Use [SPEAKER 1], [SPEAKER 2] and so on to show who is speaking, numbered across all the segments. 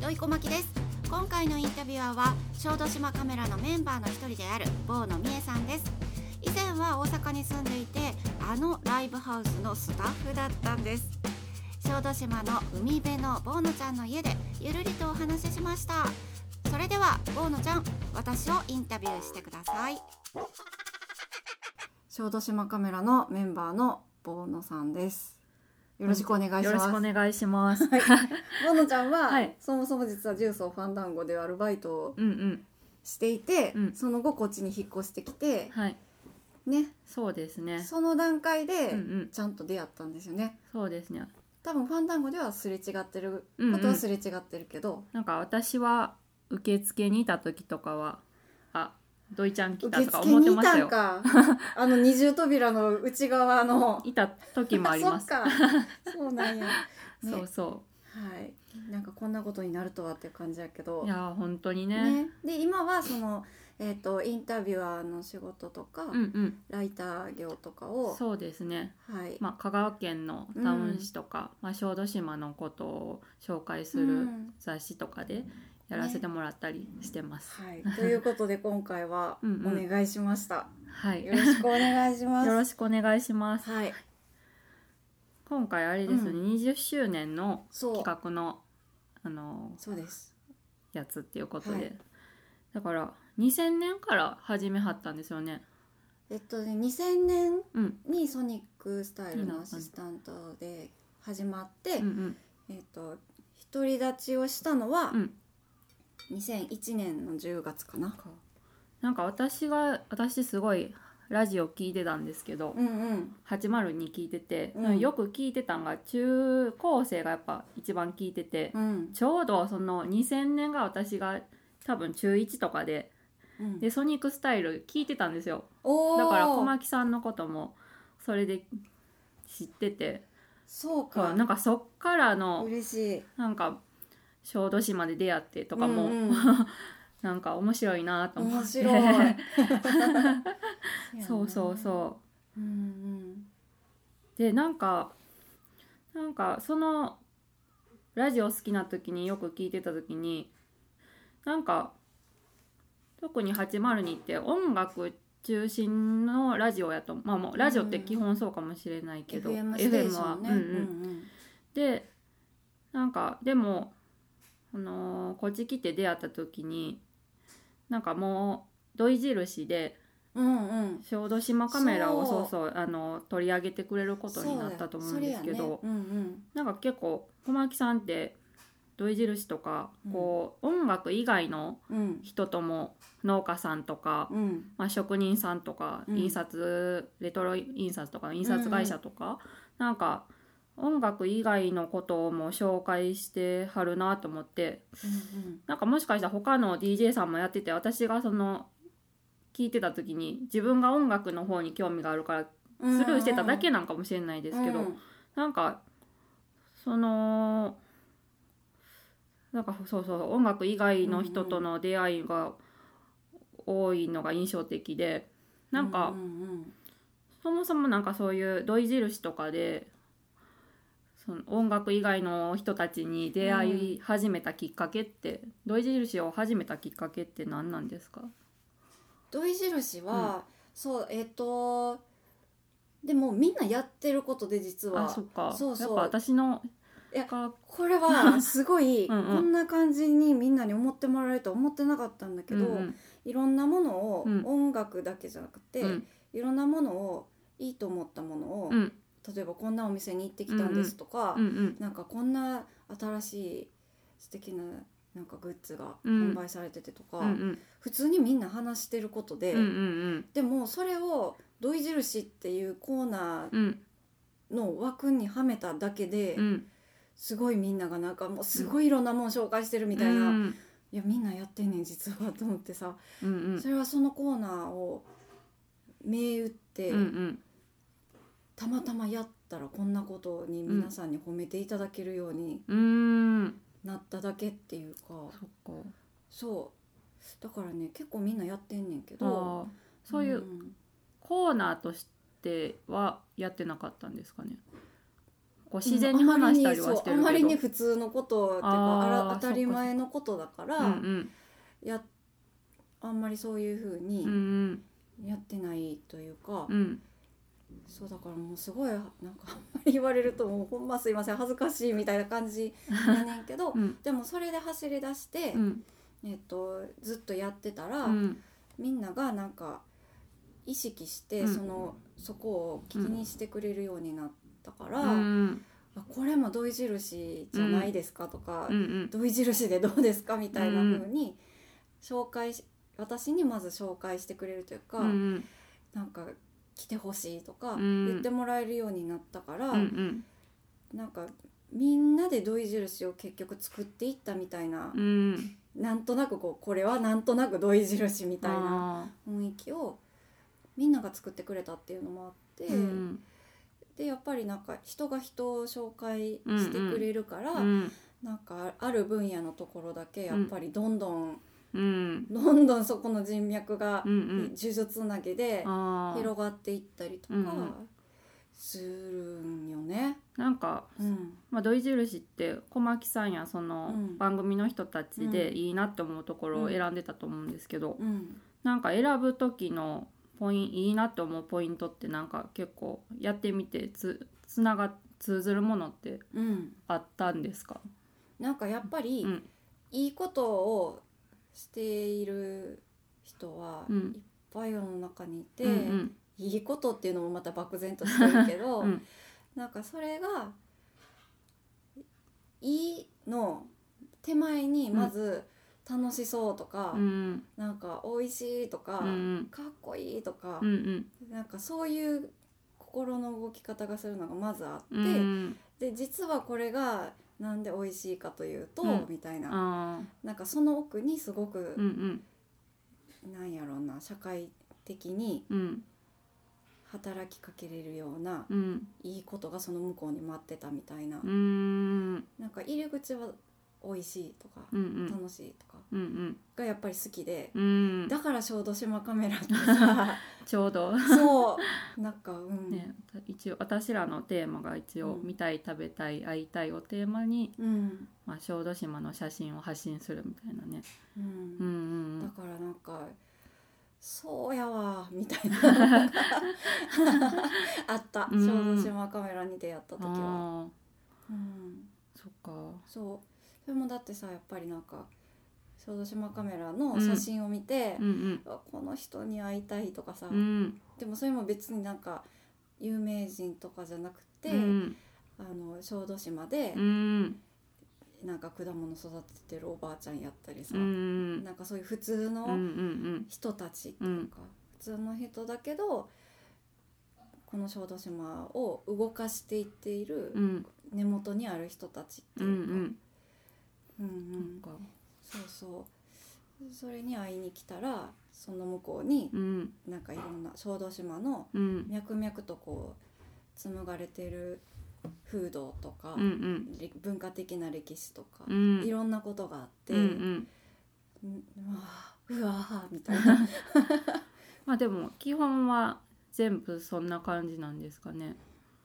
[SPEAKER 1] よいこまきです今回のインタビュアーは小豆島カメラのメンバーの一人である坊野美恵さんです以前は大阪に住んでいてあのライブハウスのスタッフだったんです小豆島の海辺のボーノちゃんの家でゆるりとお話ししましたそれではボーノちゃん私をインタビューしてください小豆島カメラのメンバーのボーノさんですよろしくお願いします
[SPEAKER 2] よろしくお願いします。
[SPEAKER 1] ボーノちゃんは、
[SPEAKER 2] はい
[SPEAKER 1] そもそも実はジュースをファンダンゴでアルバイトを
[SPEAKER 2] うんうん。
[SPEAKER 1] していて、
[SPEAKER 2] うん
[SPEAKER 1] その後こっちに引っ越してきて、
[SPEAKER 2] はい。
[SPEAKER 1] ね
[SPEAKER 2] そうですね。
[SPEAKER 1] その段階
[SPEAKER 2] うんう
[SPEAKER 1] で
[SPEAKER 2] ん。
[SPEAKER 1] ちゃんと出会ったんですよね
[SPEAKER 2] そうですね。
[SPEAKER 1] 多分ファンダンゴではすれ違ってる
[SPEAKER 2] うんう
[SPEAKER 1] ことはす
[SPEAKER 2] ん。
[SPEAKER 1] れ違ってるけど、
[SPEAKER 2] なんか私は受付にいた時とかは、あ、土井ちゃん来た
[SPEAKER 1] 受
[SPEAKER 2] とか
[SPEAKER 1] 付
[SPEAKER 2] 思って
[SPEAKER 1] にい
[SPEAKER 2] ましたた
[SPEAKER 1] ん
[SPEAKER 2] よ。
[SPEAKER 1] か あの二重扉の内側の
[SPEAKER 2] いた時もあります。
[SPEAKER 1] そっかそうなん や、ね、
[SPEAKER 2] そうそ
[SPEAKER 1] はいなんかこんなことになるとはっていう感じやけど
[SPEAKER 2] う。いやー本当にね。
[SPEAKER 1] ね、で今はその、えー、とインタビュアーの仕事とか、
[SPEAKER 2] うん
[SPEAKER 1] ライター業とか
[SPEAKER 2] う
[SPEAKER 1] を
[SPEAKER 2] ん。そうですね。
[SPEAKER 1] はい、
[SPEAKER 2] まあ香川県のタウン誌とか、まあ小豆島のことを紹介す
[SPEAKER 1] う
[SPEAKER 2] る
[SPEAKER 1] ん
[SPEAKER 2] 雑誌とかでやらせてもらったりしてます。
[SPEAKER 1] はい、ということで今回は
[SPEAKER 2] うん
[SPEAKER 1] お
[SPEAKER 2] うん
[SPEAKER 1] 願いしました。
[SPEAKER 2] はい。
[SPEAKER 1] よ
[SPEAKER 2] よ
[SPEAKER 1] ろしくお願いし ます。
[SPEAKER 2] ろしくお願いし ます。
[SPEAKER 1] はい、
[SPEAKER 2] 今回あれですね、
[SPEAKER 1] う
[SPEAKER 2] 20周年の
[SPEAKER 1] そう、
[SPEAKER 2] 企画のあの
[SPEAKER 1] そうです。
[SPEAKER 2] やつっていうことで、
[SPEAKER 1] はい
[SPEAKER 2] だから2000年から始めはったんですよね
[SPEAKER 1] えっとね、2000年
[SPEAKER 2] うん
[SPEAKER 1] にソニックスタイルのアシスタントで始まって、
[SPEAKER 2] うん
[SPEAKER 1] えっと独り立ちをしたのは
[SPEAKER 2] うんうん
[SPEAKER 1] 2001年の10月かな。
[SPEAKER 2] なんか私が私すごいラジオ聞いてたんですけど、
[SPEAKER 1] うんうん。
[SPEAKER 2] 802聞いてて、
[SPEAKER 1] うん
[SPEAKER 2] よく聞いてたんが中高生がやっぱ一番聞いてて、
[SPEAKER 1] うん。
[SPEAKER 2] ちょうどその2000年が私が多分中1とかで
[SPEAKER 1] うん、
[SPEAKER 2] でソニックスタイル聞いてたんですよ
[SPEAKER 1] おー
[SPEAKER 2] だから小牧さんのこともそれで知ってて
[SPEAKER 1] そう
[SPEAKER 2] そ
[SPEAKER 1] か。
[SPEAKER 2] うなんかそっからの
[SPEAKER 1] 嬉しい。
[SPEAKER 2] なんか小豆島で出会ってとかも、
[SPEAKER 1] うんうん
[SPEAKER 2] なんか面白いなと思
[SPEAKER 1] 面
[SPEAKER 2] って。
[SPEAKER 1] 白い そ。
[SPEAKER 2] そうそうそう
[SPEAKER 1] うん
[SPEAKER 2] うでなんかなんかそのラジオ好きな時によく聞いてた時になんか特に802って音楽中心のラジオやとまあもうラジオって基本そうかもしれない
[SPEAKER 1] うん。
[SPEAKER 2] けど、
[SPEAKER 1] FM ステーションね。
[SPEAKER 2] うんうん
[SPEAKER 1] うん
[SPEAKER 2] でなんかでも、あのーこっち来て出会った時になんかもう土井印で
[SPEAKER 1] うんうん。
[SPEAKER 2] 小豆島カメラを
[SPEAKER 1] そ
[SPEAKER 2] そううそうあの取り上げてくれることになったと思うんですけ
[SPEAKER 1] そうや
[SPEAKER 2] ど、
[SPEAKER 1] それやね
[SPEAKER 2] なんか結構小牧さんって土井印とか、こう音楽以外の
[SPEAKER 1] うんうん
[SPEAKER 2] 人とも農家さんとか、
[SPEAKER 1] うんうん
[SPEAKER 2] まあ、職人さんとか、
[SPEAKER 1] うん
[SPEAKER 2] 印刷レトロ印刷とか印刷会社とか、なんか音楽以外のことも紹介してはるなと思って
[SPEAKER 1] うん
[SPEAKER 2] なんかもしかしたら他の DJ さんもやってて私がその聞いてた時に自分が音楽の方に興味があるから
[SPEAKER 1] うん
[SPEAKER 2] スルーしてただけなんかもしれないですけど、
[SPEAKER 1] うん
[SPEAKER 2] なんかそのなんかそうそう音楽以外の人との出会いが多いのが印象的でなんか、
[SPEAKER 1] うんうん
[SPEAKER 2] そもそもなんかそういう土井印とかでその音楽以外の人たちに出会い始めたきっかけって、土井印を始めたきっかけって何なんですか
[SPEAKER 1] 土井印は、そうえっ、とでもみんなやってることで実
[SPEAKER 2] あ
[SPEAKER 1] は
[SPEAKER 2] そっか
[SPEAKER 1] そうそう
[SPEAKER 2] やっぱ私の
[SPEAKER 1] いや
[SPEAKER 2] か
[SPEAKER 1] これ はすごい
[SPEAKER 2] うんうん
[SPEAKER 1] こんな感じにみんなに思ってもらえるとは思ってなかったんだけど、
[SPEAKER 2] うんうん
[SPEAKER 1] いろんなものを、
[SPEAKER 2] うん
[SPEAKER 1] 音楽だけじゃなくて、
[SPEAKER 2] うん
[SPEAKER 1] いろんなものをいいと思ったものを、
[SPEAKER 2] うん
[SPEAKER 1] 例えばこんなお店に行ってきたんですとか、
[SPEAKER 2] うんうん
[SPEAKER 1] なんかこんな新しい素敵ななんかグッズが
[SPEAKER 2] うん
[SPEAKER 1] 販売されててとか、
[SPEAKER 2] うんうん
[SPEAKER 1] 普通にみんな話してることで、
[SPEAKER 2] うんうん
[SPEAKER 1] でもそれを「土井印」っていうコーナ
[SPEAKER 2] うんうん
[SPEAKER 1] ーの枠にはめただけで、
[SPEAKER 2] うん
[SPEAKER 1] すごいみんながなんかもうすごいいろんなもん紹介してるみたいな、
[SPEAKER 2] うん
[SPEAKER 1] いやみんなやってんねん実はと思ってさ、
[SPEAKER 2] うんうん
[SPEAKER 1] それはそのコーナーを銘打って、
[SPEAKER 2] うんうん
[SPEAKER 1] たまたまやったらこんなことに皆さんに褒めていただけるように
[SPEAKER 2] うーん
[SPEAKER 1] なっただけっていうか、
[SPEAKER 2] そっか
[SPEAKER 1] そうだからね結構みんなやってんねんけ
[SPEAKER 2] あ
[SPEAKER 1] ど
[SPEAKER 2] ーそういううんコーナーとしてはやってなかったんですかねこう自然に話したりはして
[SPEAKER 1] あん
[SPEAKER 2] る
[SPEAKER 1] ま
[SPEAKER 2] け
[SPEAKER 1] り
[SPEAKER 2] ど
[SPEAKER 1] に普通のことっていう
[SPEAKER 2] あ
[SPEAKER 1] か
[SPEAKER 2] ー
[SPEAKER 1] あ
[SPEAKER 2] そっ
[SPEAKER 1] ら
[SPEAKER 2] か
[SPEAKER 1] 当たり前のことだから、
[SPEAKER 2] うんうん
[SPEAKER 1] やあんまりそういうふう
[SPEAKER 2] うんう
[SPEAKER 1] に
[SPEAKER 2] ん
[SPEAKER 1] やってないというか、
[SPEAKER 2] うん
[SPEAKER 1] そうだからもうすごいなんかあんまり言われるともうほんますいません恥ずかしいみたいな感じやねんけど、
[SPEAKER 2] うん
[SPEAKER 1] でもそれで走り出して、
[SPEAKER 2] うん
[SPEAKER 1] えっとずっとやってたら、
[SPEAKER 2] うん
[SPEAKER 1] みんながなんか意識して、
[SPEAKER 2] うん
[SPEAKER 1] そのそこを気にしてくれるようになったから、
[SPEAKER 2] うん
[SPEAKER 1] あこれも土井印じゃないですかとか、
[SPEAKER 2] うん
[SPEAKER 1] 土井印でどうですかみたいな風に紹介し私にまず紹介してくれるというか、
[SPEAKER 2] うん
[SPEAKER 1] なんか来てほしいとか
[SPEAKER 2] うん
[SPEAKER 1] 言ってもらえるようになったから、
[SPEAKER 2] うんうん
[SPEAKER 1] なんかみんなで土井印を結局作っていったみたいな、
[SPEAKER 2] うん
[SPEAKER 1] なんとなくこうこれはなんとなく土井印みたいな
[SPEAKER 2] あ
[SPEAKER 1] 雰囲気をみんなが作ってくれたっていうのもあって、
[SPEAKER 2] ーうん
[SPEAKER 1] でやっぱりなんか人が人を紹介してくれるから、
[SPEAKER 2] うん
[SPEAKER 1] なんかある分野のところだけやっぱりどんどん
[SPEAKER 2] うん
[SPEAKER 1] どんどんそこの人脈が
[SPEAKER 2] うんうん
[SPEAKER 1] 呪術つなぎで
[SPEAKER 2] あー
[SPEAKER 1] 広がっていったりとか
[SPEAKER 2] うんうん
[SPEAKER 1] するんよね。
[SPEAKER 2] なんか
[SPEAKER 1] うん
[SPEAKER 2] まあ、土井印って小牧さんやそうの
[SPEAKER 1] ん
[SPEAKER 2] 番組の人たち
[SPEAKER 1] う
[SPEAKER 2] で
[SPEAKER 1] ん
[SPEAKER 2] いいなって思うところを選んでたと思うんですけど、
[SPEAKER 1] うん
[SPEAKER 2] なんか選ぶ時のポインいいなって思うポイントってなんか結構やってみてつつなが通ずるものって
[SPEAKER 1] うん、
[SPEAKER 2] あったんですか、
[SPEAKER 1] なんかやっぱり
[SPEAKER 2] うん
[SPEAKER 1] いいことをしている人は
[SPEAKER 2] う
[SPEAKER 1] いっ
[SPEAKER 2] ん
[SPEAKER 1] ぱい世の中にいて、
[SPEAKER 2] うん
[SPEAKER 1] いいことっていうのもまた漠然としてるけ
[SPEAKER 2] う
[SPEAKER 1] ど、
[SPEAKER 2] んうん
[SPEAKER 1] なんかそれがいいの手前にまず楽しそうとか、
[SPEAKER 2] うん
[SPEAKER 1] なんか美味しいとか、
[SPEAKER 2] うん
[SPEAKER 1] かっこいいとか
[SPEAKER 2] う、ん
[SPEAKER 1] なんかそういう心の動き方がするのがまずあって、
[SPEAKER 2] うんうん
[SPEAKER 1] で実はこれがなんで美味しいかというと、
[SPEAKER 2] うん
[SPEAKER 1] みたいな
[SPEAKER 2] あ
[SPEAKER 1] なんかその奥にすご
[SPEAKER 2] ーう
[SPEAKER 1] く、
[SPEAKER 2] ん
[SPEAKER 1] なんやろうな社会的に
[SPEAKER 2] うんうん
[SPEAKER 1] 働きかけれるような
[SPEAKER 2] うん
[SPEAKER 1] いいことがその向こうに待ってたみたいな、
[SPEAKER 2] うん
[SPEAKER 1] なんか入り口は美味しいとか、
[SPEAKER 2] うんうん
[SPEAKER 1] 楽しいとか
[SPEAKER 2] うん
[SPEAKER 1] がやっぱり好きで、
[SPEAKER 2] うん
[SPEAKER 1] だから小豆島カメラって さ
[SPEAKER 2] ちょうど、
[SPEAKER 1] そうなんかうん、
[SPEAKER 2] ね、一応私らのテーマが一応
[SPEAKER 1] う
[SPEAKER 2] 「
[SPEAKER 1] ん
[SPEAKER 2] 見たい食べたい会いたい」をテーマに、
[SPEAKER 1] うん
[SPEAKER 2] まあ、小豆島の写真を発信するみたいなね。
[SPEAKER 1] う
[SPEAKER 2] うん
[SPEAKER 1] ん、
[SPEAKER 2] うんう
[SPEAKER 1] だ
[SPEAKER 2] ん
[SPEAKER 1] からなんかそうやわみたい なあった
[SPEAKER 2] うん
[SPEAKER 1] 小豆島カメラに出会った時は、
[SPEAKER 2] あー
[SPEAKER 1] うん、
[SPEAKER 2] そっか。
[SPEAKER 1] そうそれもだってさやっぱりなんか小豆島カメラの写真を見て、
[SPEAKER 2] うん
[SPEAKER 1] うわこの人に会いたいとかさ、
[SPEAKER 2] うんうん
[SPEAKER 1] でもそれも別になんか有名人とかじゃなくて、
[SPEAKER 2] うん
[SPEAKER 1] あの小豆島で
[SPEAKER 2] うん
[SPEAKER 1] なんか果物育ててるおばあちゃんやったりさ、
[SPEAKER 2] うんうん
[SPEAKER 1] なんかそういう普通
[SPEAKER 2] うんうんう
[SPEAKER 1] の
[SPEAKER 2] ん
[SPEAKER 1] 人たちっていうか、普通の人だけどこの小豆島を動かしていっている
[SPEAKER 2] うん
[SPEAKER 1] 根元にある人たちって
[SPEAKER 2] う
[SPEAKER 1] いうか、う
[SPEAKER 2] ん
[SPEAKER 1] んう
[SPEAKER 2] うんんか
[SPEAKER 1] そうそうそれに会いに来たらその向こうに
[SPEAKER 2] うん
[SPEAKER 1] なんかいろんな小豆島の
[SPEAKER 2] うん
[SPEAKER 1] 脈々とこう紡がれてる風土とか、
[SPEAKER 2] うんうん
[SPEAKER 1] り文化的な歴史とか、
[SPEAKER 2] うん
[SPEAKER 1] いろんなことがあって、
[SPEAKER 2] うんうん
[SPEAKER 1] うんうわーうわーみたいな
[SPEAKER 2] まあでも基本は全部そんな感じなんですかね。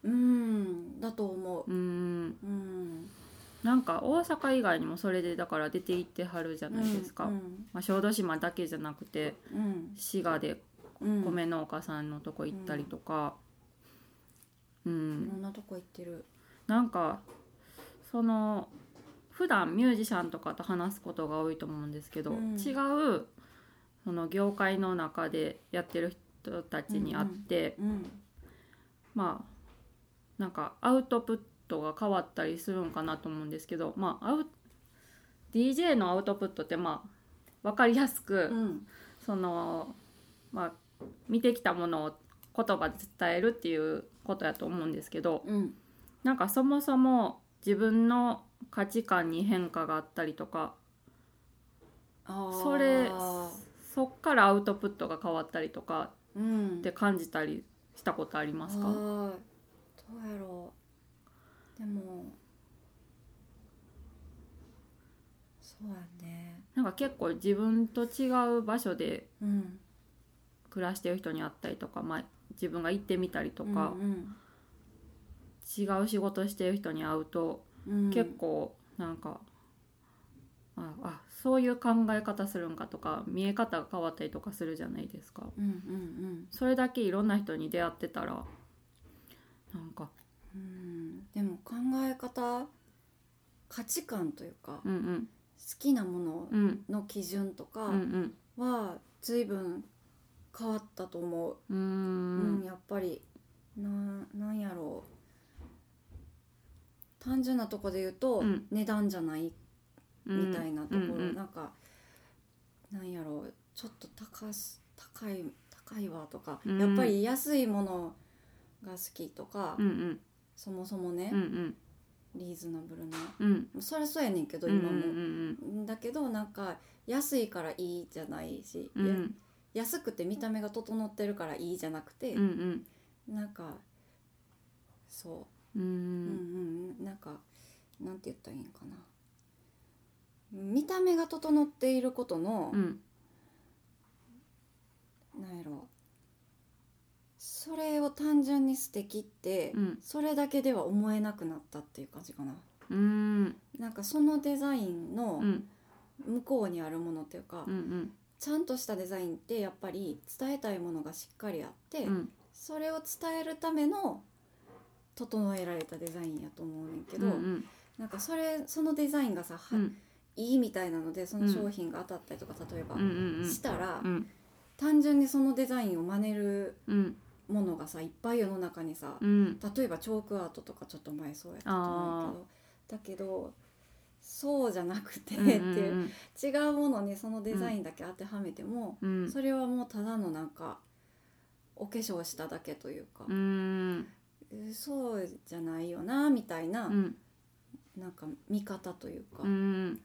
[SPEAKER 1] うんだと思う
[SPEAKER 2] うん
[SPEAKER 1] うん
[SPEAKER 2] なんか大阪以外にもそれでだから出て行ってはるじゃないですか。
[SPEAKER 1] うん
[SPEAKER 2] まあ、小豆島だけじゃなくて
[SPEAKER 1] うん
[SPEAKER 2] 滋賀で
[SPEAKER 1] うん、
[SPEAKER 2] 米農家さんのとこ行ったりとか、うん
[SPEAKER 1] いろんなとこ行ってる
[SPEAKER 2] なんかその普段ミュージシャンとかと話すことが多いと思うんですけど、
[SPEAKER 1] うん
[SPEAKER 2] 違うその業界の中でやってる人たちに会って、
[SPEAKER 1] うん
[SPEAKER 2] まあなんかアウトプットが変わったりするんかなと思うんですけど、まあ、アウ DJ のアウトプットってまあ分かりやすく、
[SPEAKER 1] うん
[SPEAKER 2] そのまあ見てきたものを言葉で伝えるっていうことやと思うんですけど
[SPEAKER 1] うん
[SPEAKER 2] なんかそもそも自分の価値観に変化があったりとか
[SPEAKER 1] あー
[SPEAKER 2] それそっからアウトプットが変わったりとか
[SPEAKER 1] うん
[SPEAKER 2] って感じたりしたことあります
[SPEAKER 1] あー
[SPEAKER 2] か
[SPEAKER 1] どうやろうでもそうやね
[SPEAKER 2] なんか結構自分と違う場所で
[SPEAKER 1] うん
[SPEAKER 2] 暮らしてる人に会ったりとか、まあ、自分が行ってみたりとか、
[SPEAKER 1] うん
[SPEAKER 2] 違う仕事してる人に会うと、
[SPEAKER 1] うん
[SPEAKER 2] 結構なんかああそういう考え方するんかとか見え方が変わったりとかするじゃないですか
[SPEAKER 1] うんうん
[SPEAKER 2] それだけいろんな人に出会ってたらなんか
[SPEAKER 1] うんうんでも考え方価値観というか好
[SPEAKER 2] うんうん
[SPEAKER 1] きなもの
[SPEAKER 2] うん
[SPEAKER 1] の基準と
[SPEAKER 2] う
[SPEAKER 1] か
[SPEAKER 2] ん
[SPEAKER 1] は随分変わったと思う
[SPEAKER 2] うんうー
[SPEAKER 1] うん、
[SPEAKER 2] ん
[SPEAKER 1] やっぱりななんやろう単純なとこで言うと、
[SPEAKER 2] うん
[SPEAKER 1] 値段じゃないみたいなところ、
[SPEAKER 2] うんうん
[SPEAKER 1] なんかなんやろうちょっと高す高い高いわとか、
[SPEAKER 2] うん
[SPEAKER 1] やっぱり安いものが好きとか、
[SPEAKER 2] うんうん
[SPEAKER 1] そもそもね
[SPEAKER 2] うんう、ん
[SPEAKER 1] リーズナブルな
[SPEAKER 2] うん
[SPEAKER 1] そりゃそうやねんけど
[SPEAKER 2] うんうん
[SPEAKER 1] 今も、
[SPEAKER 2] うん
[SPEAKER 1] だけどなんか安いからいいじゃないし、
[SPEAKER 2] うんうん
[SPEAKER 1] や安くて見た目が整ってるからいいじゃなくて、
[SPEAKER 2] うん
[SPEAKER 1] なんかそう
[SPEAKER 2] う
[SPEAKER 1] うん
[SPEAKER 2] ん
[SPEAKER 1] うん、なんかなんて言ったらいいんかな見た目が整っていることの
[SPEAKER 2] う、ん
[SPEAKER 1] なんやろそれを単純に素敵って、
[SPEAKER 2] うん
[SPEAKER 1] それだけでは思えなくなったっていう感じかな
[SPEAKER 2] うん
[SPEAKER 1] なんかそのデザインの
[SPEAKER 2] うん
[SPEAKER 1] 向こうにあるものっていうか、
[SPEAKER 2] うん
[SPEAKER 1] ちゃんとしたデザインってやっぱり伝えたいものがしっかりあって、
[SPEAKER 2] うん
[SPEAKER 1] それを伝えるための整えられたデザインやと思うねんけ
[SPEAKER 2] う
[SPEAKER 1] ど、
[SPEAKER 2] んうん
[SPEAKER 1] なんかそれそのデザインがさ、はないいみたいなのでその商品が当たったりとか、例えば、
[SPEAKER 2] うん
[SPEAKER 1] したら、
[SPEAKER 2] うん
[SPEAKER 1] 単純にそのデザインを真似る
[SPEAKER 2] うん
[SPEAKER 1] ものがさいっぱい世の中にさ、
[SPEAKER 2] うん
[SPEAKER 1] 例えばチョークアートとかちょっと前そうやったと思うけどだけどそうじゃなくて、
[SPEAKER 2] うんうん
[SPEAKER 1] っていう違うものにそのデザインだけ当てはめても、
[SPEAKER 2] うん
[SPEAKER 1] それはもうただのなんかお化粧しただけというか
[SPEAKER 2] う、ん
[SPEAKER 1] えそうじゃないよなみたいな、
[SPEAKER 2] うん
[SPEAKER 1] なんか見方というか、
[SPEAKER 2] うん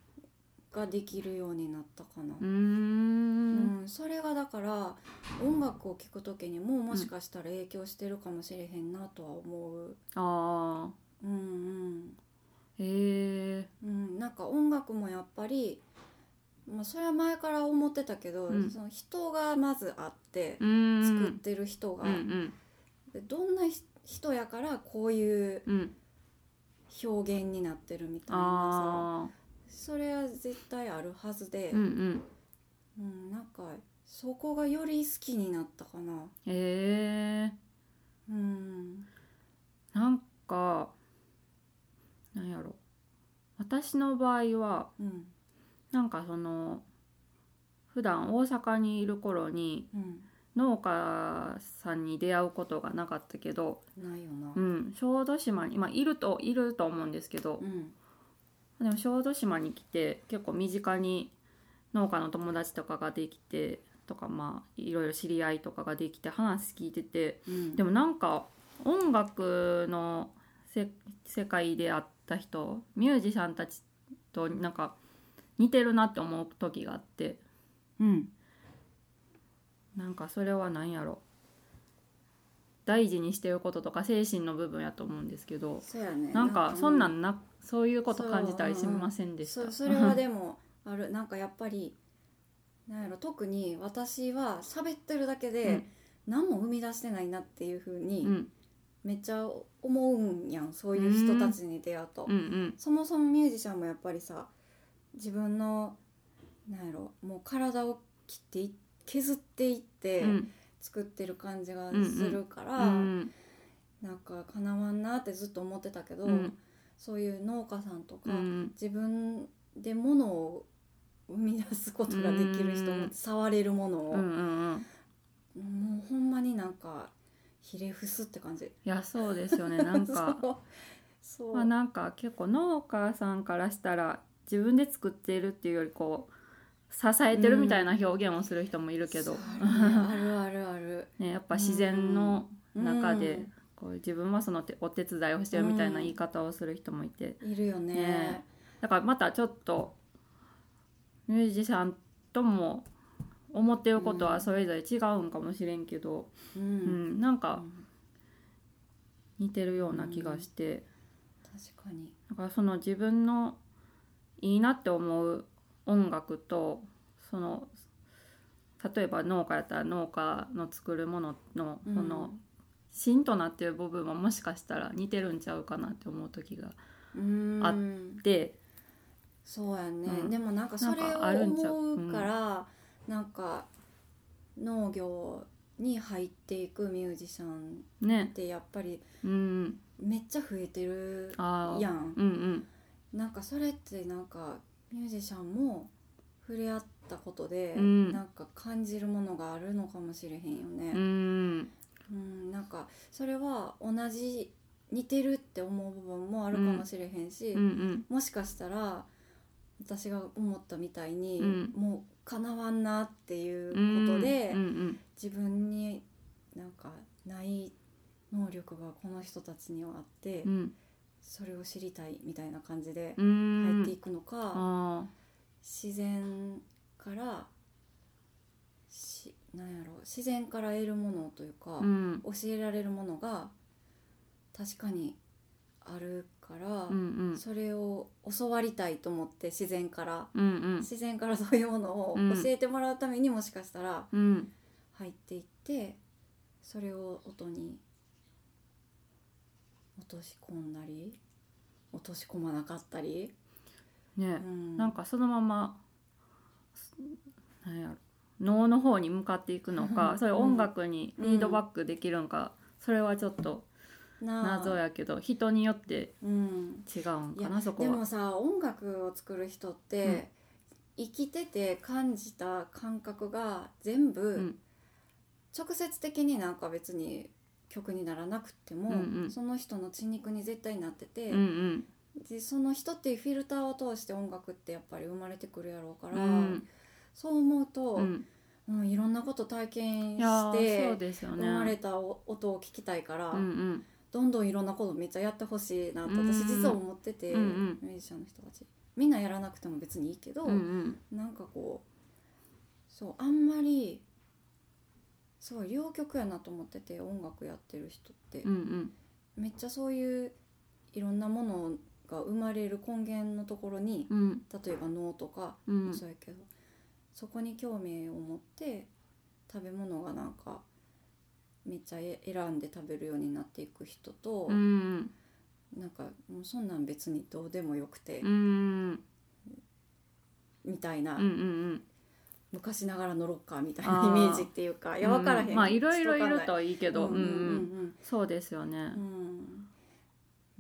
[SPEAKER 1] ができるようになったかな。
[SPEAKER 2] うーん
[SPEAKER 1] うん、それがだから音楽を聴く時にももしかしたら影響してるかもしれへんなとは思う。
[SPEAKER 2] ああ
[SPEAKER 1] うん
[SPEAKER 2] へえ
[SPEAKER 1] うんうん、なんか音楽もやっぱり、まあ、それは前から思ってたけど、
[SPEAKER 2] うん
[SPEAKER 1] その人がまずあって
[SPEAKER 2] う、ん
[SPEAKER 1] 作ってる人が、
[SPEAKER 2] うんうん
[SPEAKER 1] でどんなひ人やからこういう
[SPEAKER 2] うん
[SPEAKER 1] 表現になってるみたいな
[SPEAKER 2] ああ
[SPEAKER 1] さそれは絶対あるはずで、
[SPEAKER 2] うんうん
[SPEAKER 1] うん、なんかそこがより好きになったかな。
[SPEAKER 2] へえ
[SPEAKER 1] うん、
[SPEAKER 2] なんかなんやろ私の場合は
[SPEAKER 1] うん、
[SPEAKER 2] なんかその普段大阪にいる頃に
[SPEAKER 1] うん
[SPEAKER 2] 農家さんに出会うことがなかったけど、
[SPEAKER 1] ないよな。
[SPEAKER 2] うん、小豆島に、まあ、いるといると思うんですけど
[SPEAKER 1] うん
[SPEAKER 2] でも小豆島に来て結構身近に農家の友達とかができてとかまあいろいろ知り合いとかができて話聞いてて
[SPEAKER 1] うん
[SPEAKER 2] でもなんか音楽のせ世界であった人ミュージシャンたちとなんか似てるなって思う時があって
[SPEAKER 1] うん
[SPEAKER 2] なんかそれは何やろ大事にしてることとか精神の部分やと思うんですけど
[SPEAKER 1] そうやね
[SPEAKER 2] なんかそんなんなそういうこと
[SPEAKER 1] そう
[SPEAKER 2] 感じたりしませんでし
[SPEAKER 1] そ
[SPEAKER 2] た。
[SPEAKER 1] それはでもあるなんかやっぱりなんやろ特に私は喋ってるだけ
[SPEAKER 2] う
[SPEAKER 1] で
[SPEAKER 2] ん
[SPEAKER 1] 何も生み出してないなっていうふう
[SPEAKER 2] う
[SPEAKER 1] に
[SPEAKER 2] ん
[SPEAKER 1] めっちゃ思うんやんそういう人たちに出会うと
[SPEAKER 2] うんう。ん
[SPEAKER 1] そもそもミュージシャンもやっぱりさ自分のなんやろもう体を切ってい削っていって
[SPEAKER 2] うん
[SPEAKER 1] 作ってる感じが
[SPEAKER 2] うんうん
[SPEAKER 1] するから、
[SPEAKER 2] うん
[SPEAKER 1] なんかかなわんなってずっと思ってたけど、
[SPEAKER 2] うん
[SPEAKER 1] そういう農家さんとか、
[SPEAKER 2] うん
[SPEAKER 1] 自分で物を生み出すことができる人
[SPEAKER 2] う
[SPEAKER 1] も
[SPEAKER 2] ん
[SPEAKER 1] 触れるものを、
[SPEAKER 2] うんうんうん
[SPEAKER 1] もうほんまになんかひれ伏すって感じ。
[SPEAKER 2] いやそうですよねなん か
[SPEAKER 1] そうそう、
[SPEAKER 2] まあなんか結構農家さんからしたら自分で作っているっていうよりこう支えてるみたいな表現をする人もいるけ
[SPEAKER 1] そ
[SPEAKER 2] ど、
[SPEAKER 1] うあるあるある
[SPEAKER 2] ね、やっぱ自然の中
[SPEAKER 1] う
[SPEAKER 2] で
[SPEAKER 1] ん
[SPEAKER 2] こう自分はその手お手伝いをしてるみたいな言い方をする人もいて
[SPEAKER 1] いるよね
[SPEAKER 2] ねだからまたちょっとミュージシャンとも思ってることはそれぞれ違うんかもしれんけど、
[SPEAKER 1] う
[SPEAKER 2] うん
[SPEAKER 1] ん、
[SPEAKER 2] なんか似てるような気がして。
[SPEAKER 1] 確かに
[SPEAKER 2] だからその自分のいいなって思う音楽とその例えば農家やったら農家の作るものの
[SPEAKER 1] うん
[SPEAKER 2] その芯となってる部分はもしかしたら似てるんちゃうかなって思う時があ
[SPEAKER 1] うーん
[SPEAKER 2] あって
[SPEAKER 1] そうやんね、
[SPEAKER 2] うん
[SPEAKER 1] でもなんかそれ
[SPEAKER 2] なん
[SPEAKER 1] を
[SPEAKER 2] かあるんちゃう
[SPEAKER 1] 思うからなんか農業に入っていくミュージシャンっ
[SPEAKER 2] ね
[SPEAKER 1] てやっぱり
[SPEAKER 2] うん
[SPEAKER 1] めっちゃ増えてる
[SPEAKER 2] あー
[SPEAKER 1] やん
[SPEAKER 2] うんうん
[SPEAKER 1] なんかそれってなんかミュージシャンも触れ合ったことで、
[SPEAKER 2] うん
[SPEAKER 1] なんか感じるものがあるのかもしれへんよ
[SPEAKER 2] う
[SPEAKER 1] ね、
[SPEAKER 2] ん
[SPEAKER 1] うんなんかそれは同じ似てるって思う部分もあるかもしれへんし、
[SPEAKER 2] うんうん
[SPEAKER 1] もしかしたら私が思ったみたいに、
[SPEAKER 2] うん
[SPEAKER 1] もうかなわんなっていう
[SPEAKER 2] うんうん
[SPEAKER 1] ことで、
[SPEAKER 2] うんうん
[SPEAKER 1] 自分になんかない能力がこの人たちにはあって、
[SPEAKER 2] うん
[SPEAKER 1] それを知りたいみたいな感じで
[SPEAKER 2] う
[SPEAKER 1] 入
[SPEAKER 2] ん
[SPEAKER 1] っていくのか、
[SPEAKER 2] あ
[SPEAKER 1] 自然からしなんやろ自然から得るものというか、
[SPEAKER 2] ーうん
[SPEAKER 1] 教えられるものが確かにあるから。
[SPEAKER 2] うんうん
[SPEAKER 1] それを教わりたいと思って自然から
[SPEAKER 2] うんうん
[SPEAKER 1] 自然からそういうものを
[SPEAKER 2] うん
[SPEAKER 1] 教えてもらうためにもしかしたら
[SPEAKER 2] うん
[SPEAKER 1] 入っていってそれを音に落とし込んだり落とし込まなかったり、う
[SPEAKER 2] ね
[SPEAKER 1] ん、
[SPEAKER 2] なんかそのまますなんやろ脳の方に向かっていくの
[SPEAKER 1] う
[SPEAKER 2] か
[SPEAKER 1] ん
[SPEAKER 2] それ音楽にフィードバックできるのか、それはちょっと
[SPEAKER 1] なあ
[SPEAKER 2] 謎やけど人によって
[SPEAKER 1] うん、
[SPEAKER 2] 違うん
[SPEAKER 1] い
[SPEAKER 2] か
[SPEAKER 1] や
[SPEAKER 2] なそこ
[SPEAKER 1] でも
[SPEAKER 2] は。
[SPEAKER 1] さ音楽を作る人って、
[SPEAKER 2] うん
[SPEAKER 1] 生きてて感じた感覚が全部、
[SPEAKER 2] ん
[SPEAKER 1] 直接的になんか別に曲にならなくっても、
[SPEAKER 2] うんうん
[SPEAKER 1] その人の血肉に絶対なってて、
[SPEAKER 2] うんうん
[SPEAKER 1] でその人っていうフィルターを通して音楽ってやっぱり生まれてくるやろうか
[SPEAKER 2] う
[SPEAKER 1] ら、
[SPEAKER 2] ん
[SPEAKER 1] そう思うと、
[SPEAKER 2] う
[SPEAKER 1] うん
[SPEAKER 2] ん、
[SPEAKER 1] いろんなこと体験
[SPEAKER 2] いやー
[SPEAKER 1] して
[SPEAKER 2] そうですよね
[SPEAKER 1] 生まれたお音を聞きたいから、
[SPEAKER 2] うんうん
[SPEAKER 1] どんどんいろんなことめっちゃやってほしいなって
[SPEAKER 2] うん
[SPEAKER 1] 私実は思ってて、
[SPEAKER 2] うんうん
[SPEAKER 1] ミュージシャンの人たちみんなやらなくても別にいいけど、
[SPEAKER 2] うんうん
[SPEAKER 1] なんかこうそうあんまりそう両極やなと思ってて音楽やってる人って、
[SPEAKER 2] うんうん
[SPEAKER 1] めっちゃそういういろんなものが生まれる根源のところに
[SPEAKER 2] うん
[SPEAKER 1] 例えば脳とか
[SPEAKER 2] うんうん
[SPEAKER 1] そうやけど、そこに興味を持って食べ物がなんかめっちゃえ選んで食べるようになっていく人と、
[SPEAKER 2] うん
[SPEAKER 1] なんかもうそんなん別にどうでもよくて、
[SPEAKER 2] うん
[SPEAKER 1] みたいな、
[SPEAKER 2] うん
[SPEAKER 1] 昔ながらのロッカーみたい
[SPEAKER 2] あ
[SPEAKER 1] なイメ
[SPEAKER 2] ー
[SPEAKER 1] ージっていうかいや分からへん、
[SPEAKER 2] まあいろいろいる
[SPEAKER 1] ちょっわかんない
[SPEAKER 2] といいけど、
[SPEAKER 1] う
[SPEAKER 2] うん
[SPEAKER 1] う
[SPEAKER 2] んうんん
[SPEAKER 1] うん
[SPEAKER 2] そうですよね、
[SPEAKER 1] うんうん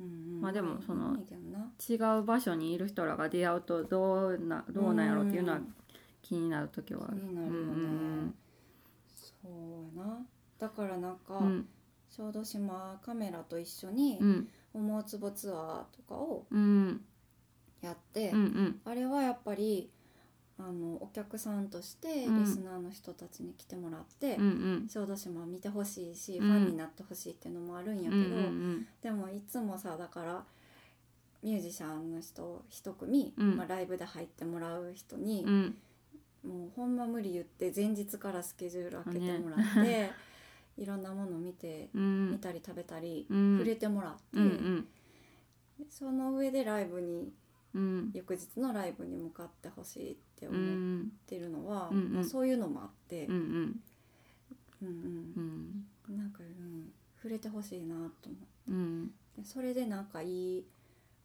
[SPEAKER 1] うんうん
[SPEAKER 2] まあでもその
[SPEAKER 1] いいけどな
[SPEAKER 2] 違う場所にいる人らが出会うとどうなどうなんやろっていうのは気になる時はある。
[SPEAKER 1] 気になるよねそうやなだからなんか、
[SPEAKER 2] うん
[SPEAKER 1] 小豆島カメラと一緒に
[SPEAKER 2] うん
[SPEAKER 1] 思うつぼツアーとかを
[SPEAKER 2] うんうん
[SPEAKER 1] やって、
[SPEAKER 2] うんうん
[SPEAKER 1] あれはやっぱりあのお客さんとしてリ
[SPEAKER 2] うん
[SPEAKER 1] スナーの人たちに来てもらって、
[SPEAKER 2] うんうん
[SPEAKER 1] 小豆島見てほしいし、
[SPEAKER 2] うん
[SPEAKER 1] ファンになってほしいっていうのもあるんやけど、
[SPEAKER 2] うんうん
[SPEAKER 1] でもいつもさだからミュージシャンの人一組、
[SPEAKER 2] うん
[SPEAKER 1] まあ、ライブで入ってもらう人に、
[SPEAKER 2] うん
[SPEAKER 1] もうほんま無理言って前日からスケジュール開けてもらって、 いろんなもの見て、
[SPEAKER 2] う
[SPEAKER 1] 見
[SPEAKER 2] ん
[SPEAKER 1] たり食べたり、
[SPEAKER 2] うん
[SPEAKER 1] 触れてもらって、
[SPEAKER 2] うんうん
[SPEAKER 1] その上でライブに
[SPEAKER 2] うん
[SPEAKER 1] 翌日のライブに向かってほしいって
[SPEAKER 2] う
[SPEAKER 1] 思っ
[SPEAKER 2] ん
[SPEAKER 1] てるのは、
[SPEAKER 2] うんうん
[SPEAKER 1] まあ、そういうのもあって、
[SPEAKER 2] うんう
[SPEAKER 1] う
[SPEAKER 2] ん
[SPEAKER 1] ん
[SPEAKER 2] うんうん
[SPEAKER 1] うん、なんか、うん、触れてほしいなと思
[SPEAKER 2] うん
[SPEAKER 1] ってそれでなんかいい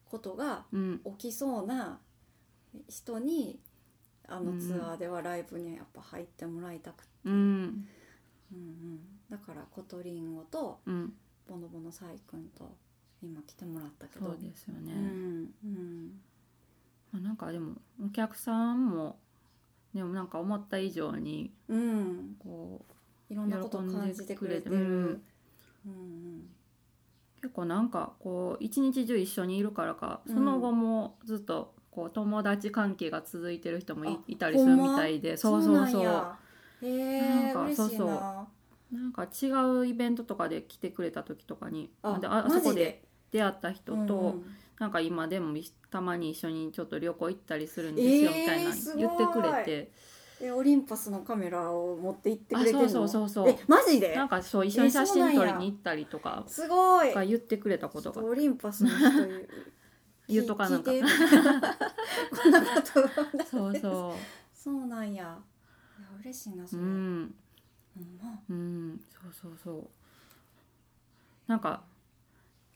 [SPEAKER 1] ことが
[SPEAKER 2] うん
[SPEAKER 1] 起きそうな人にあ
[SPEAKER 2] う
[SPEAKER 1] の
[SPEAKER 2] ん
[SPEAKER 1] ツアーではライブにやっぱ入ってもらいたくて、
[SPEAKER 2] うん
[SPEAKER 1] うんうんだからコトリンゴと
[SPEAKER 2] うん
[SPEAKER 1] ボノボノサイ君と今来てもらったけど
[SPEAKER 2] そうですよ
[SPEAKER 1] う
[SPEAKER 2] ね。
[SPEAKER 1] んうん
[SPEAKER 2] まあなんかでもお客さんもでもなんか思った以上に
[SPEAKER 1] うん
[SPEAKER 2] こ
[SPEAKER 1] いろんなことを感じてくれてる
[SPEAKER 2] 喜んでく
[SPEAKER 1] う
[SPEAKER 2] れて
[SPEAKER 1] ん
[SPEAKER 2] う結構なんかこう一日中一緒にいるからか
[SPEAKER 1] うん
[SPEAKER 2] その後もずっとこう友達関係が続いてる人もい
[SPEAKER 1] あ
[SPEAKER 2] いたりするみたいでそうそう
[SPEAKER 1] なん
[SPEAKER 2] そう。
[SPEAKER 1] やへえ
[SPEAKER 2] なんか
[SPEAKER 1] 嬉しいな
[SPEAKER 2] そうそうなんか違うイベントとかで来てくれた時とかに
[SPEAKER 1] あ
[SPEAKER 2] で
[SPEAKER 1] マジ
[SPEAKER 2] そこで出会った人と、
[SPEAKER 1] うん
[SPEAKER 2] なんか今でもたまに一緒にちょっと旅行行ったりするんですよ
[SPEAKER 1] えー
[SPEAKER 2] みたいな言ってくれて、
[SPEAKER 1] えオリンパスのカメラを持って行ってく
[SPEAKER 2] あ
[SPEAKER 1] れてん
[SPEAKER 2] そ
[SPEAKER 1] の
[SPEAKER 2] うそうそうそう
[SPEAKER 1] えマジで
[SPEAKER 2] なんかそう一緒に写
[SPEAKER 1] えそう
[SPEAKER 2] 真
[SPEAKER 1] なんや
[SPEAKER 2] 撮りに行ったりとか
[SPEAKER 1] すごい
[SPEAKER 2] が言ってくれたこと
[SPEAKER 1] ちょ
[SPEAKER 2] が
[SPEAKER 1] っオリン パスの人聞
[SPEAKER 2] 言うとかなん か
[SPEAKER 1] 聞いてこんなこと が
[SPEAKER 2] そうそう
[SPEAKER 1] そうなんやいや嬉しいなそうれ、
[SPEAKER 2] ん
[SPEAKER 1] うんまあ
[SPEAKER 2] うんそうそうそうなんか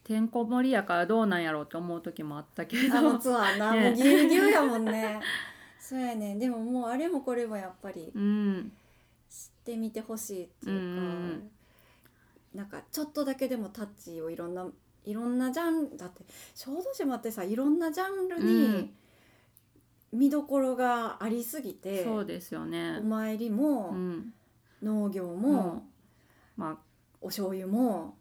[SPEAKER 2] てんこ盛りやからどうなんやろうって思う時もあったけ
[SPEAKER 1] あ
[SPEAKER 2] ど
[SPEAKER 1] のツアーな、
[SPEAKER 2] ね
[SPEAKER 1] もうギュウギュウやもんねそうやねでももうあれもこれもやっぱり
[SPEAKER 2] うん
[SPEAKER 1] 知ってみてほしいっていうか、
[SPEAKER 2] うん
[SPEAKER 1] なんかちょっとだけでもタッチをいろんないろんなジャンルだって小豆島ってさいろんなジャンルに見どころがありすぎて、
[SPEAKER 2] そうですよね
[SPEAKER 1] お参りも、
[SPEAKER 2] うん
[SPEAKER 1] 農業も、
[SPEAKER 2] もうまあ
[SPEAKER 1] お醤油も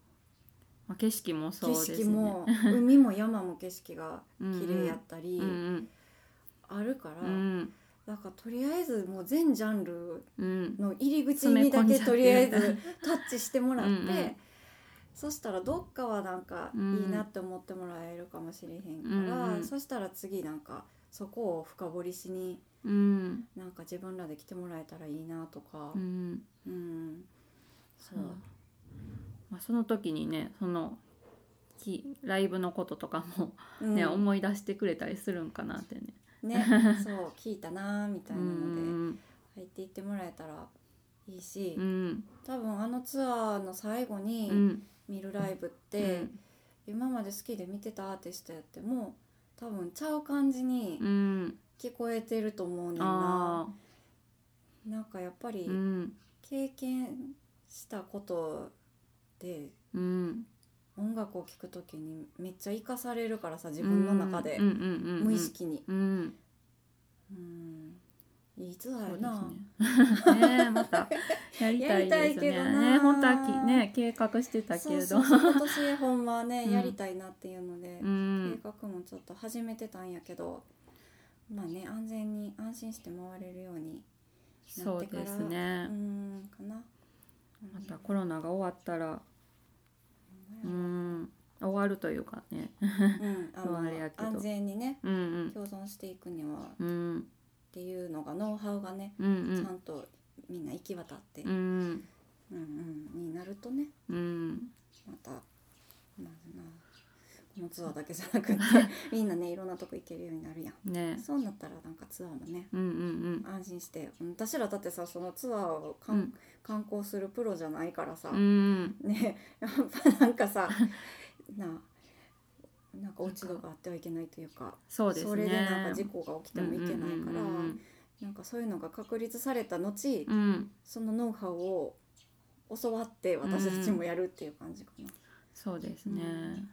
[SPEAKER 2] まあ景色もそう
[SPEAKER 1] 景
[SPEAKER 2] で
[SPEAKER 1] 色
[SPEAKER 2] すね
[SPEAKER 1] も、海も山も景色が綺麗やったり、
[SPEAKER 2] うんうん
[SPEAKER 1] あるから、
[SPEAKER 2] うん
[SPEAKER 1] なんかとりあえずもう全ジャンル
[SPEAKER 2] うん
[SPEAKER 1] の入り口にだけとりあえず
[SPEAKER 2] 詰め込ん
[SPEAKER 1] タッチしてもらって
[SPEAKER 2] うんうん
[SPEAKER 1] そしたらどっかはなんかいいなって思ってもらえるかもしれへんから、
[SPEAKER 2] うんうん
[SPEAKER 1] そしたら次なんかそこを深掘りしに
[SPEAKER 2] うん
[SPEAKER 1] なんか自分らで来てもらえたらいいなとか
[SPEAKER 2] う、ん
[SPEAKER 1] うんそう、
[SPEAKER 2] まあ、その時にねそのきライブのこととかも
[SPEAKER 1] うん
[SPEAKER 2] ね、思い出してくれたりするんかなってね。
[SPEAKER 1] ねそう聞いたなーみた
[SPEAKER 2] う
[SPEAKER 1] いなので
[SPEAKER 2] ん
[SPEAKER 1] 入っていってもらえたらいいし、
[SPEAKER 2] うん
[SPEAKER 1] 多分あのツアーの最後
[SPEAKER 2] う
[SPEAKER 1] に
[SPEAKER 2] ん
[SPEAKER 1] 見るライブって、今まで好きで見てたアーティストやっても多分ちゃう感じに
[SPEAKER 2] うん
[SPEAKER 1] 聞こえてると思うねんな、
[SPEAKER 2] あ
[SPEAKER 1] なんかやっぱ
[SPEAKER 2] ー
[SPEAKER 1] り
[SPEAKER 2] うん
[SPEAKER 1] 経験したことで
[SPEAKER 2] うん
[SPEAKER 1] 音楽を聴く時にめっちゃ生かされるからさ自分の中で
[SPEAKER 2] うんうんうんうん
[SPEAKER 1] 無意識に、
[SPEAKER 2] うん
[SPEAKER 1] うんいいツアー
[SPEAKER 2] そ
[SPEAKER 1] や
[SPEAKER 2] う
[SPEAKER 1] な
[SPEAKER 2] ですね ねまたやりたい
[SPEAKER 1] や
[SPEAKER 2] で
[SPEAKER 1] り
[SPEAKER 2] す
[SPEAKER 1] たいけど
[SPEAKER 2] ね
[SPEAKER 1] な
[SPEAKER 2] ね本当はきね計画してたけど
[SPEAKER 1] そうそうそう今年ほんまね、
[SPEAKER 2] うん
[SPEAKER 1] やりたいなっていうので、
[SPEAKER 2] うん
[SPEAKER 1] 計画もちょっと始めてたんやけどまあね安全に安心して回れるように
[SPEAKER 2] そうです
[SPEAKER 1] う
[SPEAKER 2] ね
[SPEAKER 1] んかな。
[SPEAKER 2] またコロナが終わったらう
[SPEAKER 1] うん
[SPEAKER 2] ん終わるというかね
[SPEAKER 1] うん、あの
[SPEAKER 2] あれやけど
[SPEAKER 1] 安全にね
[SPEAKER 2] うんうん
[SPEAKER 1] 共存していくにはっ
[SPEAKER 2] うん
[SPEAKER 1] ていうのがノウハウがね、
[SPEAKER 2] うんう
[SPEAKER 1] ちゃ
[SPEAKER 2] ん
[SPEAKER 1] んとみんな行き渡って、
[SPEAKER 2] う
[SPEAKER 1] うん
[SPEAKER 2] ん
[SPEAKER 1] うんになるとね
[SPEAKER 2] うん
[SPEAKER 1] またなんだなこのツアーだけじゃな くてみんなねいろんなとこ行けるようになるやん。
[SPEAKER 2] ね
[SPEAKER 1] そうなったらなんかツアーもね
[SPEAKER 2] うんうん
[SPEAKER 1] 安心してうん私らだってさそのツアーをか、
[SPEAKER 2] うんん
[SPEAKER 1] 観光するプロじゃないからさ、
[SPEAKER 2] うん
[SPEAKER 1] ね やっぱなんか さなあなんか落ち度があってはいけないというか
[SPEAKER 2] そうですね
[SPEAKER 1] れでなんか事故が起きてもいけないから、
[SPEAKER 2] うんうん
[SPEAKER 1] なんかそういうのが確立された後、
[SPEAKER 2] うんうんうん
[SPEAKER 1] そのノウハウを教わって私たちもやるっていう感じかな。
[SPEAKER 2] そうですね、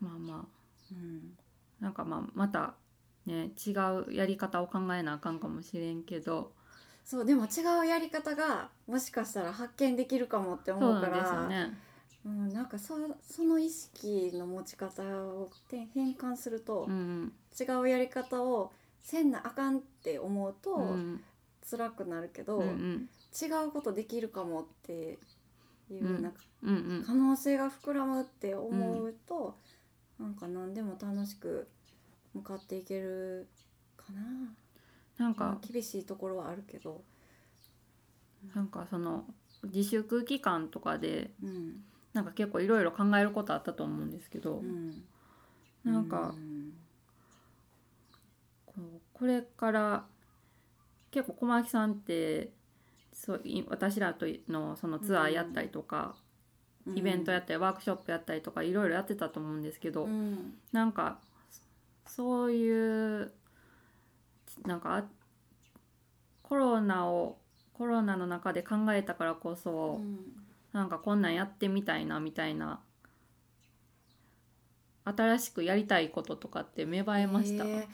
[SPEAKER 2] まあま
[SPEAKER 1] うん
[SPEAKER 2] あなんかまあまたね違うやり方を考えなあかんかもしれんけど
[SPEAKER 1] そうでも違うやり方がもしかしたら発見できるかもって
[SPEAKER 2] そう
[SPEAKER 1] 思う
[SPEAKER 2] な
[SPEAKER 1] か
[SPEAKER 2] ん
[SPEAKER 1] ら
[SPEAKER 2] ですよね
[SPEAKER 1] うん、なんかそその意識の持ち方を転変換すると、
[SPEAKER 2] うん
[SPEAKER 1] 違うやり方をせんなあかんって思うと、
[SPEAKER 2] うん
[SPEAKER 1] 辛くなるけど、
[SPEAKER 2] うんうん
[SPEAKER 1] 違うことできるかもっていう、
[SPEAKER 2] うん
[SPEAKER 1] なんか
[SPEAKER 2] うんうん
[SPEAKER 1] 可能性が膨らむって思うと、なんか何でも楽しく向かっていけるかな。
[SPEAKER 2] なん
[SPEAKER 1] ま
[SPEAKER 2] か
[SPEAKER 1] あ厳しいところはあるけど、
[SPEAKER 2] なんかその自粛期間とかで
[SPEAKER 1] うん
[SPEAKER 2] なんか結構いろいろ考えることあったと思うんですけど、
[SPEAKER 1] うん、
[SPEAKER 2] なんか
[SPEAKER 1] うん
[SPEAKER 2] こうこれから結構小牧さんってそうい私らとのそのツアーやったりとか、イベントやったりワークショップやったりとかいろいろやってたと思うんですけど、
[SPEAKER 1] うん
[SPEAKER 2] なんかそういうなんかあコロナをコロナの中で考えたからこ
[SPEAKER 1] う
[SPEAKER 2] そ、
[SPEAKER 1] ん
[SPEAKER 2] なんかこんなんやってみたいなみたいな新しくやりたいこととかって芽生えました、
[SPEAKER 1] へえ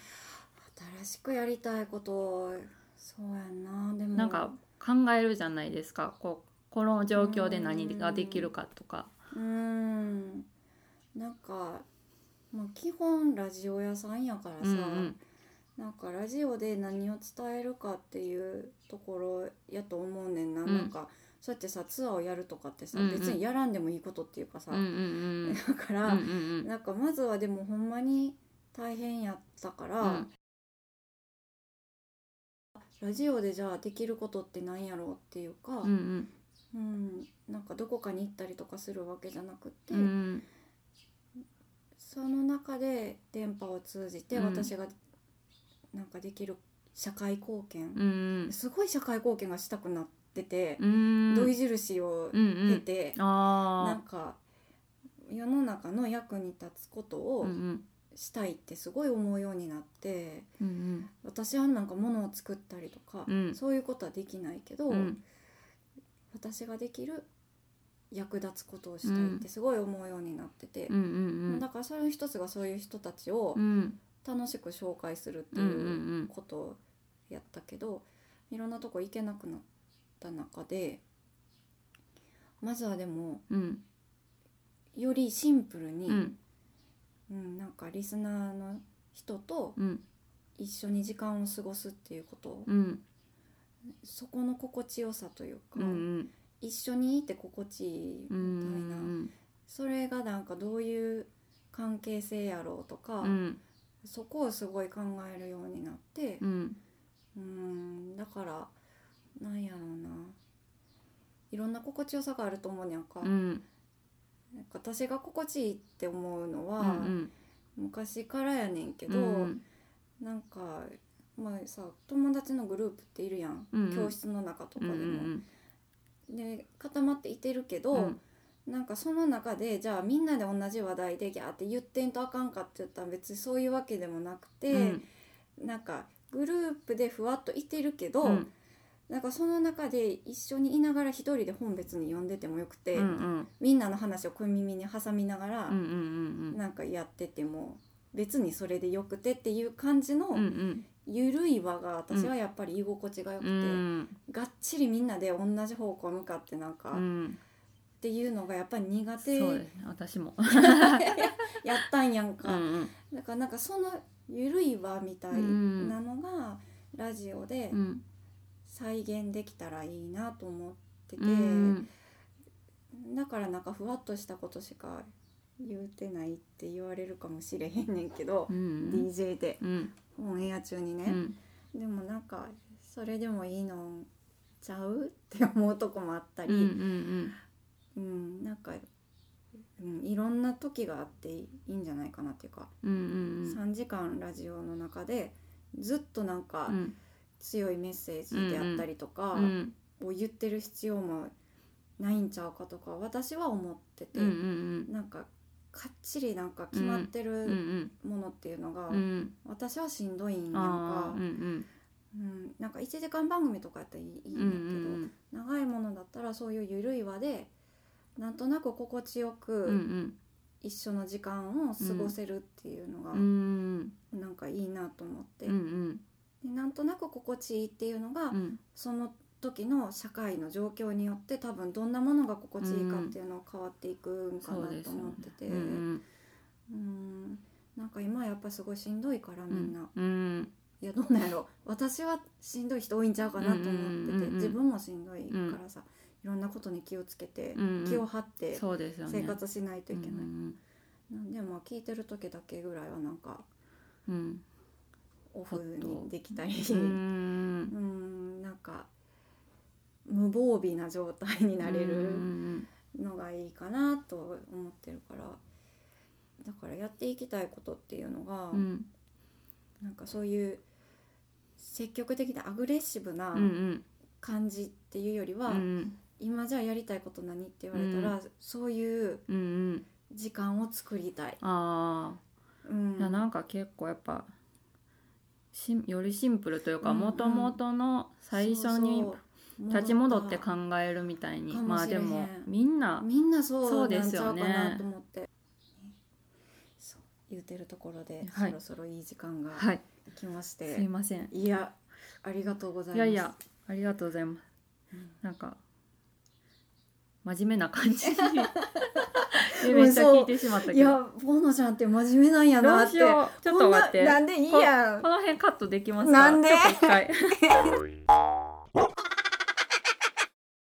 [SPEAKER 1] 新しくやりたいことそうやんなでも
[SPEAKER 2] なんか考えるじゃないですかこうこの状況で何ができるかとか。
[SPEAKER 1] うーんなんかまあ基本ラジオ屋さんやからさ、
[SPEAKER 2] うんうん
[SPEAKER 1] なんかラジオで何を伝えるかっていうところやと思うねんな、
[SPEAKER 2] うん
[SPEAKER 1] なんかそうやってさツアーをやるとかってさ、
[SPEAKER 2] うんうん
[SPEAKER 1] 別にやらんでもいいことっていうかさ、
[SPEAKER 2] うんうんうん
[SPEAKER 1] だか
[SPEAKER 2] う
[SPEAKER 1] ら、
[SPEAKER 2] んうん
[SPEAKER 1] なんかまずはでもほんまに大変やったから、
[SPEAKER 2] うん
[SPEAKER 1] ラジオでじゃあできることってなんやろうっていうか、
[SPEAKER 2] うんうん
[SPEAKER 1] うんなんかどこかに行ったりとかするわけじゃなくて、
[SPEAKER 2] うん
[SPEAKER 1] その中で電波を通じて
[SPEAKER 2] うん
[SPEAKER 1] 私がなんかできる社会貢献、
[SPEAKER 2] うん
[SPEAKER 1] すごい社会貢献がしたくなってて、
[SPEAKER 2] うん
[SPEAKER 1] 土井印を
[SPEAKER 2] うんう
[SPEAKER 1] 経
[SPEAKER 2] ん
[SPEAKER 1] て、なん
[SPEAKER 2] あ
[SPEAKER 1] か世の中の役に立つこと
[SPEAKER 2] う
[SPEAKER 1] を
[SPEAKER 2] んうん
[SPEAKER 1] したいってすごい思うようになって、
[SPEAKER 2] うん
[SPEAKER 1] 私はなんか物を作ったりとか、
[SPEAKER 2] うん
[SPEAKER 1] そういうことはできないけど、
[SPEAKER 2] うん
[SPEAKER 1] 私ができる役立つことをしたいってすごい思うようになってて
[SPEAKER 2] うんう、ん
[SPEAKER 1] だからそれの一つがそういう人たちを
[SPEAKER 2] うんうん
[SPEAKER 1] 楽しく紹介するって
[SPEAKER 2] うんうんう
[SPEAKER 1] いうんことをやったけど、いろんなとこ行けなくなった中でまずはでも
[SPEAKER 2] うん
[SPEAKER 1] よりシンプルに、
[SPEAKER 2] うん
[SPEAKER 1] うんなんかリスナーの人と
[SPEAKER 2] うん
[SPEAKER 1] 一緒に時間を過ごすっていうこと、
[SPEAKER 2] うん
[SPEAKER 1] そこの心地よさというか、
[SPEAKER 2] うんうん
[SPEAKER 1] 一緒にいて心地いいみ
[SPEAKER 2] う
[SPEAKER 1] たいな、
[SPEAKER 2] ん
[SPEAKER 1] それがなんかどういう関係性やろうとか、
[SPEAKER 2] うん
[SPEAKER 1] そこをすごい考えるようになって
[SPEAKER 2] う、ん
[SPEAKER 1] うーんだからなんやろうないろんな心地よさがあると思うにゃんか,、
[SPEAKER 2] うん
[SPEAKER 1] なんか私が心地いいって思うの
[SPEAKER 2] う
[SPEAKER 1] は、
[SPEAKER 2] ん
[SPEAKER 1] 昔からやねんけど、
[SPEAKER 2] うん
[SPEAKER 1] なんかまあさ友達のグループっているやん、
[SPEAKER 2] うんうん
[SPEAKER 1] 教室の中とかでも。
[SPEAKER 2] うん
[SPEAKER 1] で固まっていてるけど、
[SPEAKER 2] うん
[SPEAKER 1] なんかその中でじゃあみんなで同じ話題でギャーって言ってんとあかんかって言ったら別にそういうわけでもなくて、
[SPEAKER 2] うん
[SPEAKER 1] なんかグループでふわっといてるけど、
[SPEAKER 2] うん
[SPEAKER 1] なんかその中で一緒にいながら一人で本別に読んでてもよくて、
[SPEAKER 2] うんうん
[SPEAKER 1] みんなの話を小耳に挟みながら
[SPEAKER 2] うんう、ん
[SPEAKER 1] なんかやってても別にそれでよくてっていう感じ
[SPEAKER 2] うんう
[SPEAKER 1] の
[SPEAKER 2] んうん
[SPEAKER 1] ゆるい輪が私はやっぱり居心地がよくて、
[SPEAKER 2] うん
[SPEAKER 1] がっちりみんなで同じ方向向かってなんか、
[SPEAKER 2] う
[SPEAKER 1] っ
[SPEAKER 2] ん
[SPEAKER 1] ていうのがやっぱり苦手
[SPEAKER 3] そうですね私も
[SPEAKER 1] やったんやん
[SPEAKER 2] うんう
[SPEAKER 1] か、
[SPEAKER 2] ん
[SPEAKER 1] だからなんかそのゆるい輪みたい
[SPEAKER 2] うん
[SPEAKER 1] なのがラジオで
[SPEAKER 2] うん
[SPEAKER 1] 再現できたらいいなと思ってて、
[SPEAKER 2] うん
[SPEAKER 1] だからなんかふわっとしたことしか言うてないって言われるかもしれへんねんけど
[SPEAKER 2] う、ん
[SPEAKER 1] DJ で
[SPEAKER 2] うん
[SPEAKER 1] オンエア中に
[SPEAKER 2] う
[SPEAKER 1] ね、
[SPEAKER 2] ん
[SPEAKER 1] でもなんかそれでもいいのちゃうって思うとこもあった
[SPEAKER 2] う
[SPEAKER 1] り、
[SPEAKER 2] ん
[SPEAKER 1] うんなんか、うん、いろんな時があっていいんじゃないかなっていうか、
[SPEAKER 2] うんうん
[SPEAKER 1] 3時間ラジオの中でずっとなんか
[SPEAKER 2] うん
[SPEAKER 1] 強いメッセージであったりとか
[SPEAKER 2] うん
[SPEAKER 1] を言ってる必要もないんちゃうかとか私は思ってて、
[SPEAKER 2] うんうん
[SPEAKER 1] なんかかっちりなんか決まって
[SPEAKER 2] うんう
[SPEAKER 1] る
[SPEAKER 2] ん
[SPEAKER 1] ものっていうのが、
[SPEAKER 2] うん
[SPEAKER 1] 私はしんどいんやん
[SPEAKER 2] あ
[SPEAKER 1] か
[SPEAKER 2] あう、ん
[SPEAKER 1] うん、なんか1時間番組とかやったらいいいいん
[SPEAKER 2] うん
[SPEAKER 1] や
[SPEAKER 2] う
[SPEAKER 1] けど、
[SPEAKER 2] ん
[SPEAKER 1] 長いものだったらそういう緩い輪でなんとなく心地よ
[SPEAKER 2] うんう
[SPEAKER 1] く
[SPEAKER 2] ん
[SPEAKER 1] 一緒の時間を過ごせるっていうのが
[SPEAKER 2] うん
[SPEAKER 1] なんかいいなと思って、
[SPEAKER 2] うん
[SPEAKER 1] でなんとなく心地いいっていうのが、
[SPEAKER 2] うん
[SPEAKER 1] その時の社会の状況によって多分どんなものが心地いいかっていうのは変わっていくんか
[SPEAKER 3] そう
[SPEAKER 1] な
[SPEAKER 3] です
[SPEAKER 1] と
[SPEAKER 3] よね
[SPEAKER 1] 思っててう,、
[SPEAKER 2] うん
[SPEAKER 1] んなんか今やっぱすごいしんどいからみんな、
[SPEAKER 2] うん
[SPEAKER 1] いやどうなんやろ私はしんどい人多いんちゃうかなと思ってて、
[SPEAKER 2] うんうんうんうん
[SPEAKER 1] 自分もしんどいからさ、いろんなことに気をつけて、
[SPEAKER 2] うん
[SPEAKER 1] 気を張って
[SPEAKER 3] そうですよね
[SPEAKER 1] 生活しないといけない、
[SPEAKER 3] うん
[SPEAKER 1] なんでまあ聞いてる時だけぐらいはなんか
[SPEAKER 2] うん
[SPEAKER 1] オフにできたり。
[SPEAKER 2] うん
[SPEAKER 1] うーんなんか無防備な状態になれ
[SPEAKER 2] う
[SPEAKER 1] る
[SPEAKER 2] ん
[SPEAKER 1] のがいいかなと思ってるからだからやっていきたいことっていうのが、
[SPEAKER 2] うん
[SPEAKER 1] なんかそういう積極的なアグレッシブな
[SPEAKER 2] うん
[SPEAKER 1] 感じっていうよりは、
[SPEAKER 2] うん
[SPEAKER 1] 今じゃあやりたいこと何って言われたら、そういう
[SPEAKER 2] うんうん
[SPEAKER 1] 時間を作りたい。
[SPEAKER 3] あ
[SPEAKER 1] うん
[SPEAKER 3] あいやなんか結構やっぱしよりシンプルというか
[SPEAKER 1] うんうん
[SPEAKER 3] もともとの最初に
[SPEAKER 1] そうそう
[SPEAKER 3] 立ち戻って考えるみたいに
[SPEAKER 1] かも
[SPEAKER 3] まあ
[SPEAKER 1] しれ
[SPEAKER 3] で
[SPEAKER 1] へん
[SPEAKER 3] もみんな
[SPEAKER 1] みんなそ
[SPEAKER 3] そう
[SPEAKER 1] う
[SPEAKER 3] で
[SPEAKER 1] なん
[SPEAKER 3] す
[SPEAKER 1] ちゃ
[SPEAKER 3] よ
[SPEAKER 1] う
[SPEAKER 3] ね
[SPEAKER 1] かなと思って、そう言うてるところで、
[SPEAKER 3] はい
[SPEAKER 1] そろそろいい時間が
[SPEAKER 3] はい
[SPEAKER 1] 来まして、
[SPEAKER 3] すいません
[SPEAKER 1] い、やありがとうございます
[SPEAKER 3] いやいやありがとうございます
[SPEAKER 1] うん
[SPEAKER 3] なんか真面目な感 じに
[SPEAKER 1] ん
[SPEAKER 3] めっちゃ聞いてしまった
[SPEAKER 1] い
[SPEAKER 3] けど
[SPEAKER 1] やボーノちゃんって真面目なんやなっ
[SPEAKER 3] どう
[SPEAKER 1] て
[SPEAKER 3] しようちょっと待っ
[SPEAKER 1] こんなな
[SPEAKER 3] て
[SPEAKER 1] んでいいやん
[SPEAKER 3] この辺カットできますか
[SPEAKER 1] なんで
[SPEAKER 3] ちょっと一回
[SPEAKER 4] Sorry.